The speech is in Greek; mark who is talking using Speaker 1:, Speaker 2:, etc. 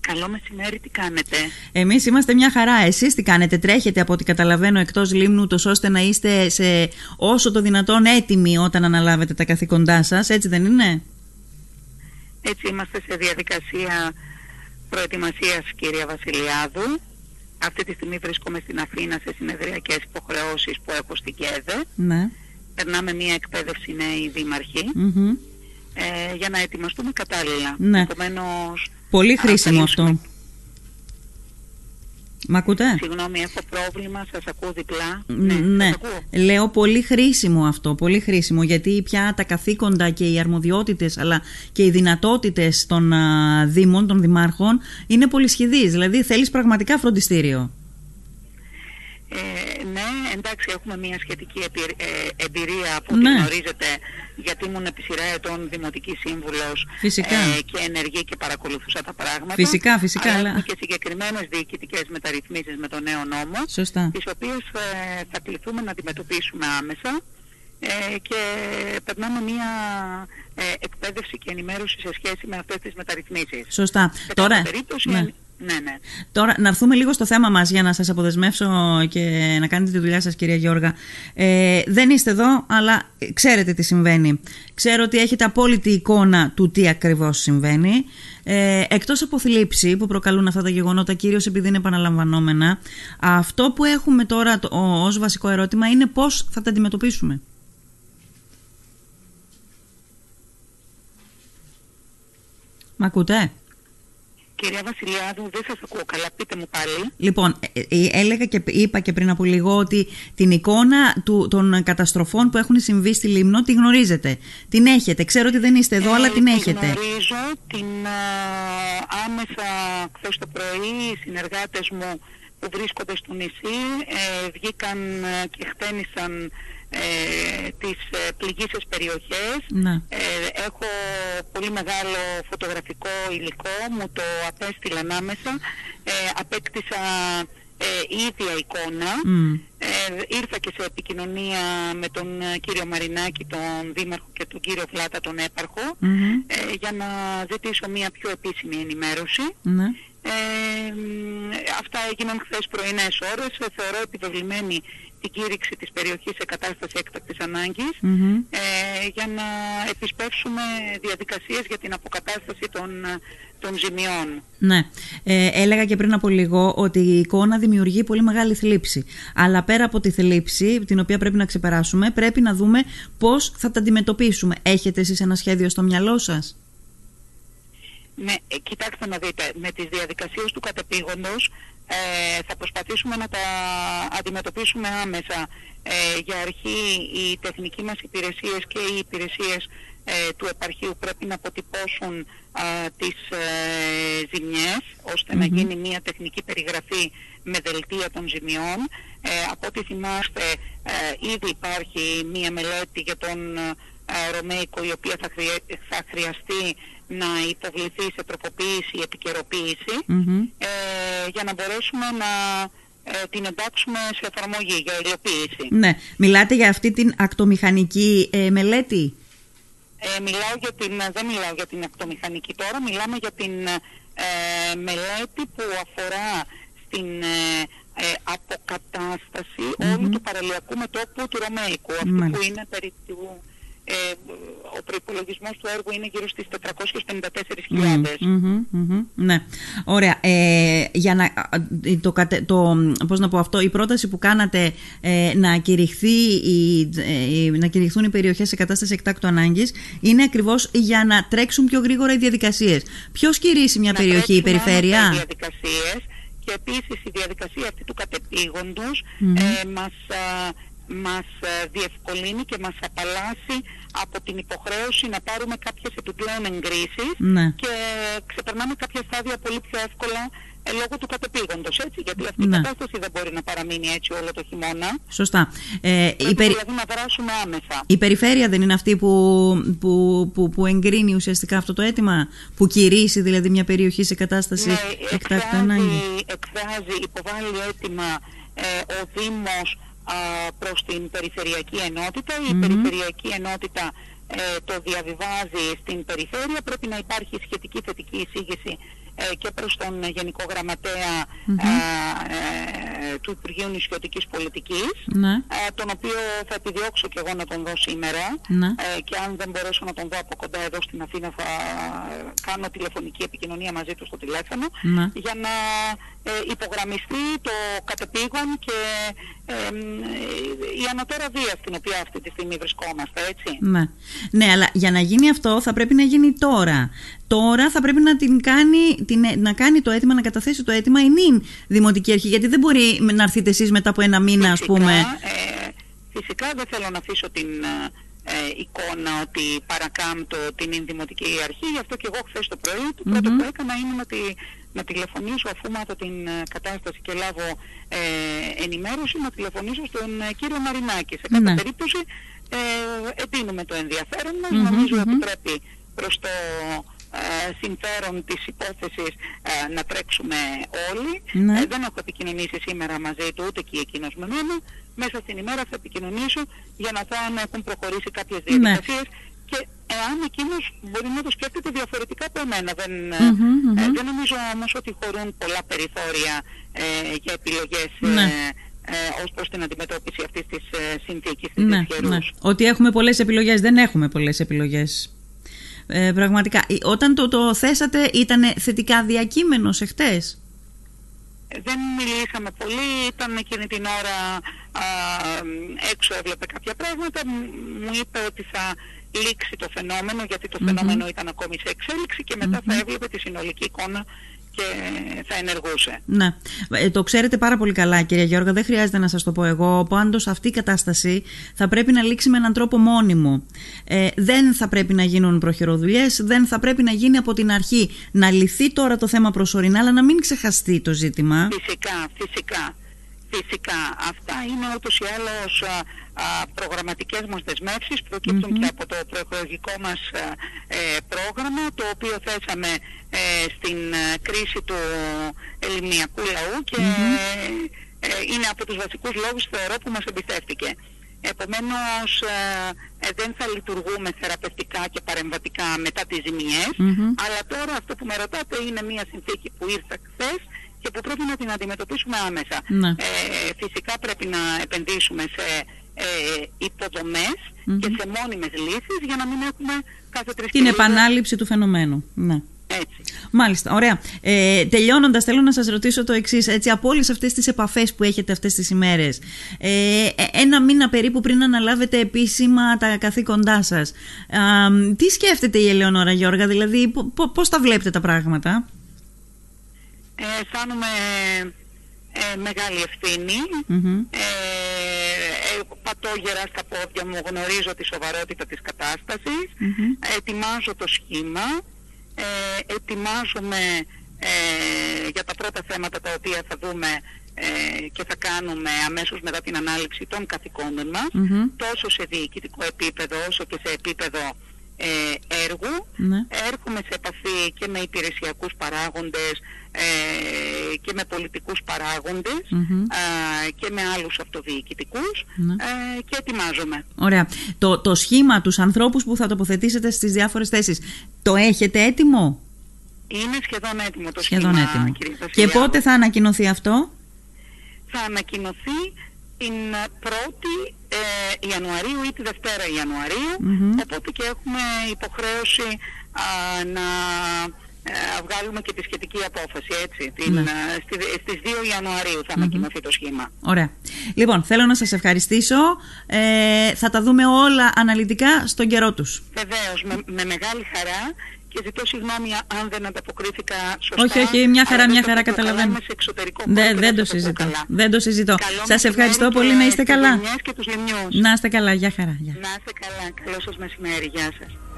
Speaker 1: Καλό μεσημέρι, τι κάνετε.
Speaker 2: Εμείς είμαστε μια χαρά. Εσείς τι κάνετε, τρέχετε από ό,τι καταλαβαίνω εκτός λίμνου, τόσο ώστε να είστε σε όσο το δυνατόν έτοιμοι όταν αναλάβετε τα καθήκοντά σας, έτσι δεν είναι.
Speaker 1: Έτσι είμαστε σε διαδικασία προετοιμασίας κυρία Βασιλιάδου. Αυτή τη στιγμή βρίσκομαι στην Αθήνα σε συνεδριακές υποχρεώσεις που έχω στην ΚΕΔΕ.
Speaker 2: Ναι.
Speaker 1: Περνάμε μια εκπαίδευση νέοι δήμαρχοι
Speaker 2: Μμμ.
Speaker 1: ε, για να ετοιμαστούμε κατάλληλα.
Speaker 2: Ναι.
Speaker 1: Επομένως,
Speaker 2: Πολύ
Speaker 1: Α,
Speaker 2: χρήσιμο αυτό. Μ' ακούτε?
Speaker 1: συγγνώμη, έχω πρόβλημα, σας ακούω διπλά.
Speaker 2: Ναι.
Speaker 1: σας ακούω.
Speaker 2: Λέω πολύ χρήσιμο αυτό, πολύ χρήσιμο γιατί πια τα καθήκοντα και οι αρμοδιότητες αλλά και οι δυνατότητες των α, δήμων, των δημάρχων είναι πολυσχηδείς, δηλαδή θέλεις πραγματικά φροντιστήριο.
Speaker 1: Ε, ναι, εντάξει, έχουμε μια σχετική επι- ε, εμπειρία που
Speaker 2: Ναι.
Speaker 1: τη γνωρίζετε, γιατί ήμουν επί σειρά ετών δημοτική σύμβουλος ε,
Speaker 2: Φυσικά.
Speaker 1: και ενεργή και παρακολουθούσα τα πράγματα.
Speaker 2: Φυσικά, φυσικά,
Speaker 1: Αλλά
Speaker 2: αλλά-
Speaker 1: έχουμε και συγκεκριμένες διοικητικές μεταρρυθμίσεις με το νέο νόμο,
Speaker 2: Σωστά.
Speaker 1: τις οποίες ε, θα κληθούμε να αντιμετωπίσουμε άμεσα ε, και περνάμε μια ε, εκπαίδευση και ενημέρωση σε σχέση με αυτές τις μεταρρυθμίσεις.
Speaker 2: Σωστά.
Speaker 1: Σε κάθε
Speaker 2: Τώρα,
Speaker 1: περίπτωση,
Speaker 2: ναι.
Speaker 1: αν- ναι, ναι.
Speaker 2: Τώρα να έρθουμε λίγο στο θέμα μας για να σας αποδεσμεύσω και να κάνετε τη δουλειά σας κυρία Γιώργα. Ε, δεν είστε εδώ αλλά ξέρετε τι συμβαίνει. Ξέρω ότι έχετε απόλυτη εικόνα του τι ακριβώς συμβαίνει. Ε, εκτός από θλίψη που προκαλούν αυτά τα γεγονότα κυρίως επειδή είναι επαναλαμβανόμενα αυτό που έχουμε τώρα το, ο- ως βασικό ερώτημα είναι πώς θα τα αντιμετωπίσουμε. Μ' ακούτε?
Speaker 1: Κυρία Βασιλιάδου, δεν σας ακούω καλά, πείτε μου πάλι.
Speaker 2: Λοιπόν, ε, ε, έλεγα και είπα και πριν από λίγο ότι την εικόνα του, των καταστροφών που έχουν συμβεί στη Λίμνο τη γνωρίζετε. Την έχετε. Ξέρω ότι δεν είστε εδώ, αλλά την έχετε.
Speaker 1: Ε, Γνωρίζω την α, άμεσα χθες το πρωί οι συνεργάτες μου που βρίσκονται στο νησί ε, βγήκαν ε, και χτένισαν ε, τις ε, πληγήσεις περιοχές.
Speaker 2: Να.
Speaker 1: Ε, έχω πολύ μεγάλο φωτογραφικό υλικό, μου το απέστειλαν άμεσα. Ε, απέκτησα ε, η ίδια εικόνα.
Speaker 2: Μμ.
Speaker 1: Ε, ήρθα και σε επικοινωνία με τον ε, κύριο Μαρινάκη, τον Δήμαρχο και τον κύριο Βλάτα, τον Έπαρχο,
Speaker 2: Μμμ.
Speaker 1: ε, για να ζητήσω μια πιο επίσημη ενημέρωση.
Speaker 2: Ναι.
Speaker 1: Ε, μ, αυτά έγιναν χθες πρωινές ώρες. Ε, Θεωρώ επιβεβλημένη την κήρυξη της περιοχής σε κατάσταση έκτακτης ανάγκης
Speaker 2: Μμμ.
Speaker 1: ε, για να επισπεύσουμε διαδικασίες για την αποκατάσταση των, ε, των ζημιών.
Speaker 2: Ναι. Ε, έλεγα και πριν από λίγο ότι η εικόνα δημιουργεί πολύ μεγάλη θλίψη. Αλλά πέρα από τη θλίψη, την οποία πρέπει να ξεπεράσουμε, πρέπει να δούμε πώς θα τα αντιμετωπίσουμε. Έχετε εσείς ένα σχέδιο στο μυαλό σας.
Speaker 1: Ναι, ε, κοιτάξτε να δείτε, με τις διαδικασίες του κατεπήγοντος ε, θα προσπαθήσουμε να τα αντιμετωπίσουμε άμεσα. Ε, για αρχή οι τεχνικοί μας υπηρεσίες και οι υπηρεσίες ε, του επαρχείου πρέπει να αποτυπώσουν α, τις ε, ζημιές ώστε να
Speaker 2: Μμμ.
Speaker 1: γίνει μια τεχνική περιγραφή με δελτία των ζημιών. Ε, από ό,τι θυμάστε ε, ήδη υπάρχει μια μελέτη για τον ε, Ρωμαϊκό η οποία θα, χρειε- θα χρειαστεί να υποβληθεί σε τροποποίηση, επικαιροποίηση ε, για να μπορέσουμε να ε, την εντάξουμε σε εφαρμογή, για υλοποίηση.
Speaker 2: Ναι. Μιλάτε για αυτή την ακτομηχανική ε, μελέτη.
Speaker 1: Ε, μιλάω για την, δεν μιλάω για την ακτομηχανική τώρα, μιλάμε για την ε, μελέτη που αφορά στην ε, ε, αποκατάσταση όλου του παραλιακού μετόπου του Ρωμαϊκού. Αυτό που
Speaker 2: Μάλιστα.
Speaker 1: είναι περί του, ε, ο προπολογισμό του έργου είναι γύρω στις 454.000.
Speaker 2: Μμμ, μμμ, Ναι. Ωραία. Ε, για να, το, κατε- το, πώς να πω αυτό, η πρόταση που κάνατε ε, να, κηρυχθεί η, ε, να κηρυχθούν οι περιοχές σε κατάσταση εκτάκτου ανάγκης είναι ακριβώς για να τρέξουν πιο γρήγορα οι διαδικασίες. Ποιος κηρύσσει μια
Speaker 1: να
Speaker 2: περιοχή, η
Speaker 1: τρέξουν άμεσα
Speaker 2: περιφέρεια?
Speaker 1: οι διαδικασίες και επίσης η διαδικασία αυτή του κατεπήγοντος
Speaker 2: Μμμ.
Speaker 1: ε, μας, α, μας α, διευκολύνει και μας απαλλάσσει από την υποχρέωση να πάρουμε κάποιες επιπλέον εγκρίσεις
Speaker 2: Ναι.
Speaker 1: και ξεπερνάμε κάποια στάδια πολύ πιο εύκολα ε, λόγω του κατεπήγοντος, έτσι, γιατί αυτή
Speaker 2: Ναι.
Speaker 1: η κατάσταση δεν μπορεί να παραμείνει έτσι όλο το χειμώνα.
Speaker 2: Σωστά. Ε, η,
Speaker 1: Πρέπει
Speaker 2: περι-
Speaker 1: δηλαδή να δράσουμε άμεσα.
Speaker 2: η περιφέρεια δεν είναι αυτή που, που, που, που εγκρίνει ουσιαστικά αυτό το αίτημα, που κηρύσσει δηλαδή μια περιοχή σε κατάσταση
Speaker 1: Ναι,
Speaker 2: εκτάκτου
Speaker 1: εκφράζει-
Speaker 2: ανάγκης.
Speaker 1: Εκφράζει, υποβάλλει έτοιμα ε, ο Δήμος α, προς την Περιφερειακή Ενότητα. Η
Speaker 2: Μμμ.
Speaker 1: Περιφερειακή Ενότητα ε, το διαβιβάζει στην Περιφέρεια. Πρέπει να υπάρχει σχετική θετική εισήγηση και προς τον Γενικό Γραμματέα mm-hmm. του Υπουργείου Νησιωτικής Πολιτικής ε,
Speaker 2: Ναι.
Speaker 1: τον οποίο θα επιδιώξω και εγώ να τον δω σήμερα
Speaker 2: Ναι.
Speaker 1: Ε, και αν δεν μπορέσω να τον δω από κοντά εδώ στην Αθήνα θα ε, κάνω τηλεφωνική επικοινωνία μαζί του στο τηλέφωνο
Speaker 2: Ναι.
Speaker 1: για να ε, υπογραμμιστεί το κατεπήγον και ε, ε, η ανωτέρα βία στην οποία αυτή τη στιγμή βρισκόμαστε, έτσι.
Speaker 2: Ναι. ναι, αλλά για να γίνει αυτό θα πρέπει να γίνει τώρα. Τώρα θα πρέπει να, την κάνει, την, να κάνει το αίτημα, να καταθέσει το αίτημα η νυν Δημοτική Αρχή. Γιατί δεν μπορεί με- να έρθετε εσείς μετά από ένα μήνα, ας
Speaker 1: Φυσικά,
Speaker 2: πούμε.
Speaker 1: ε, φυσικά δεν θέλω να αφήσω την ε, εικόνα ότι παρακάμπτω την Ινδημοτική Αρχή, γι' αυτό και εγώ χθες το πρωί το πρώτο που έκανα είναι να, τη, να τηλεφωνήσω αφού μάθω την ε, κατάσταση και λάβω ε, ενημέρωση, να τηλεφωνήσω στον ε, κύριο Μαρινάκη. Σε κάθε
Speaker 2: Ναι.
Speaker 1: περίπτωση ε, εντείνουμε το ενδιαφέρον μας, νομίζω ότι πρέπει προς το ε, συμφέρον της υπόθεσης ε, να τρέξουμε όλοι.
Speaker 2: Ναι.
Speaker 1: Ε, δεν έχω επικοινωνήσει σήμερα μαζί του ούτε και εκείνος με μένα. Μέσα στην ημέρα θα επικοινωνήσω για να δω αν έχουν προχωρήσει κάποιες
Speaker 2: Ναι.
Speaker 1: διαδικασίες και εάν εκείνος μπορεί να το σκέφτεται διαφορετικά από εμένα. Δεν, ε,
Speaker 2: Μμμ, μμμ.
Speaker 1: ε, δεν νομίζω όμως ότι χωρούν πολλά περιθώρια ε, για επιλογές ε,
Speaker 2: Ναι.
Speaker 1: ε, ως προς την αντιμετώπιση αυτής της ε, συνθήκης της
Speaker 2: Ναι, ναι. Ότι έχουμε πολλές επιλογές. Δεν έχουμε πολλές επιλογές. Ε, πραγματικά. Ε, Όταν το, το θέσατε, ήταν θετικά διακείμενος εχθές.
Speaker 1: Δεν μιλήσαμε πολύ, ήταν εκείνη την ώρα α, έξω έβλεπε κάποια πράγματα, Μ- μου είπε ότι θα λήξει το φαινόμενο γιατί το φαινόμενο ήταν ακόμη σε εξέλιξη και μετά θα έβλεπε τη συνολική εικόνα και θα ενεργούσε.
Speaker 2: Ναι. Ε, το ξέρετε πάρα πολύ καλά, κυρία Γιώργα. Δεν χρειάζεται να σας το πω εγώ. Πάντως, αυτή η κατάσταση θα πρέπει να λήξει με έναν τρόπο μόνιμο. Ε, δεν θα πρέπει να γίνουν προχειροδουλειές, δεν θα πρέπει να γίνει από την αρχή. Να λυθεί τώρα το θέμα προσωρινά, αλλά να μην ξεχαστεί το ζήτημα.
Speaker 1: Φυσικά, φυσικά. Φυσικά, αυτά είναι ούτως ή άλλως α, α, προγραμματικές μας δεσμεύσεις, προκύπτουν και από το προεκλογικό μας α, ε, πρόγραμμα, το οποίο θέσαμε ε, στην ε, κρίση του ελληνιακού λαού και ε, είναι από τους βασικούς λόγους, θεωρώ, που μας εμπιστεύτηκε. Επομένως, ε, ε, δεν θα λειτουργούμε θεραπευτικά και παρεμβατικά μετά τις ζημιες
Speaker 2: Μμμ.
Speaker 1: αλλά τώρα αυτό που με ρωτάτε είναι μια συνθήκη που ήρθε χθες και που πρέπει να την αντιμετωπίσουμε άμεσα.
Speaker 2: Ναι.
Speaker 1: Ε, φυσικά πρέπει να επενδύσουμε σε ε, υποδομές
Speaker 2: Μμμ.
Speaker 1: και σε μόνιμες λύσεις για να μην έχουμε κάθε τρεις
Speaker 2: Την
Speaker 1: χιλιάδες-
Speaker 2: επανάληψη του φαινομένου. Ναι.
Speaker 1: Έτσι.
Speaker 2: Μάλιστα, ωραία. Ε, Τελειώνοντας, θέλω να σας ρωτήσω το εξής. Έτσι, από όλες αυτές τις επαφές που έχετε αυτές τις ημέρες, ε, ένα μήνα περίπου πριν αναλάβετε επίσημα τα καθήκοντά σας, τι σκέφτεται η Ελεονόρα Γιώργα, δηλαδή πώς τα βλέπετε τα πράγματα.
Speaker 1: Ε, αισθάνομαι ε, μεγάλη ευθύνη.
Speaker 2: Μμμ.
Speaker 1: Ε, ε, πατώ γερά στα πόδια μου, γνωρίζω τη σοβαρότητα της κατάστασης,
Speaker 2: Μμμ.
Speaker 1: ετοιμάζω το σχήμα, ε, ετοιμάζομαι ε, για τα πρώτα θέματα τα οποία θα δούμε ε, και θα κάνουμε αμέσως μετά την ανάληψη των καθηκόντων μας,
Speaker 2: Μμμ.
Speaker 1: τόσο σε διοικητικό επίπεδο όσο και σε επίπεδο ε, έργου.
Speaker 2: Ναι.
Speaker 1: Έρχομαι σε επαφή και με υπηρεσιακούς παράγοντες ε, και με πολιτικούς παράγοντες
Speaker 2: Μμμ.
Speaker 1: ε, και με άλλους αυτοδιοικητικούς
Speaker 2: Mm-hmm. Ναι.
Speaker 1: ε, και ετοιμάζομαι.
Speaker 2: Ωραία. Το, το σχήμα, τους ανθρώπους που θα τοποθετήσετε στις διάφορες θέσεις, το έχετε έτοιμο.
Speaker 1: Είναι σχεδόν έτοιμο το
Speaker 2: Σχεδόν
Speaker 1: σχήμα,
Speaker 2: έτοιμο.
Speaker 1: κύριε
Speaker 2: Και
Speaker 1: Βασιλιάδου.
Speaker 2: πότε θα ανακοινωθεί αυτό.
Speaker 1: Θα ανακοινωθεί την 1η ε, Ιανουαρίου ή τη Δευτέρα Ιανουαρίου,
Speaker 2: Μμμ.
Speaker 1: οπότε και έχουμε υποχρέωση α, να ε, βγάλουμε και τη σχετική απόφαση, έτσι. Την,
Speaker 2: Ναι.
Speaker 1: ε, στη- στις 2 Ιανουαρίου θα ανακοινωθεί το σχήμα.
Speaker 2: Ωραία. Λοιπόν, θέλω να σας ευχαριστήσω. Ε, θα τα δούμε όλα αναλυτικά στον καιρό τους.
Speaker 1: Βεβαίως, με, με μεγάλη χαρά και ζητώ συγγνώμη αν δεν ανταποκρίθηκα σωστά.
Speaker 2: όχι, όχι, μια χαρά,
Speaker 1: αλλά
Speaker 2: μια
Speaker 1: δεν το
Speaker 2: χαρά,
Speaker 1: ακούω καλά,
Speaker 2: καταλαβαίνω. Ναι,
Speaker 1: Είμαι σε εξωτερικό χώρο
Speaker 2: Δεν,
Speaker 1: και
Speaker 2: δεν το
Speaker 1: σας ακούω
Speaker 2: συζητώ.
Speaker 1: καλά.
Speaker 2: Δεν το συζητώ.
Speaker 1: Καλό
Speaker 2: Σας
Speaker 1: μεσημέρι
Speaker 2: ευχαριστώ
Speaker 1: και
Speaker 2: πολύ, να είστε
Speaker 1: στις
Speaker 2: καλά.
Speaker 1: γενιές και τους λιμιούς.
Speaker 2: Να είστε καλά. Γεια χαρά. Γεια.
Speaker 1: Να είστε καλά. Καλό σας μεσημέρι. Γεια σας.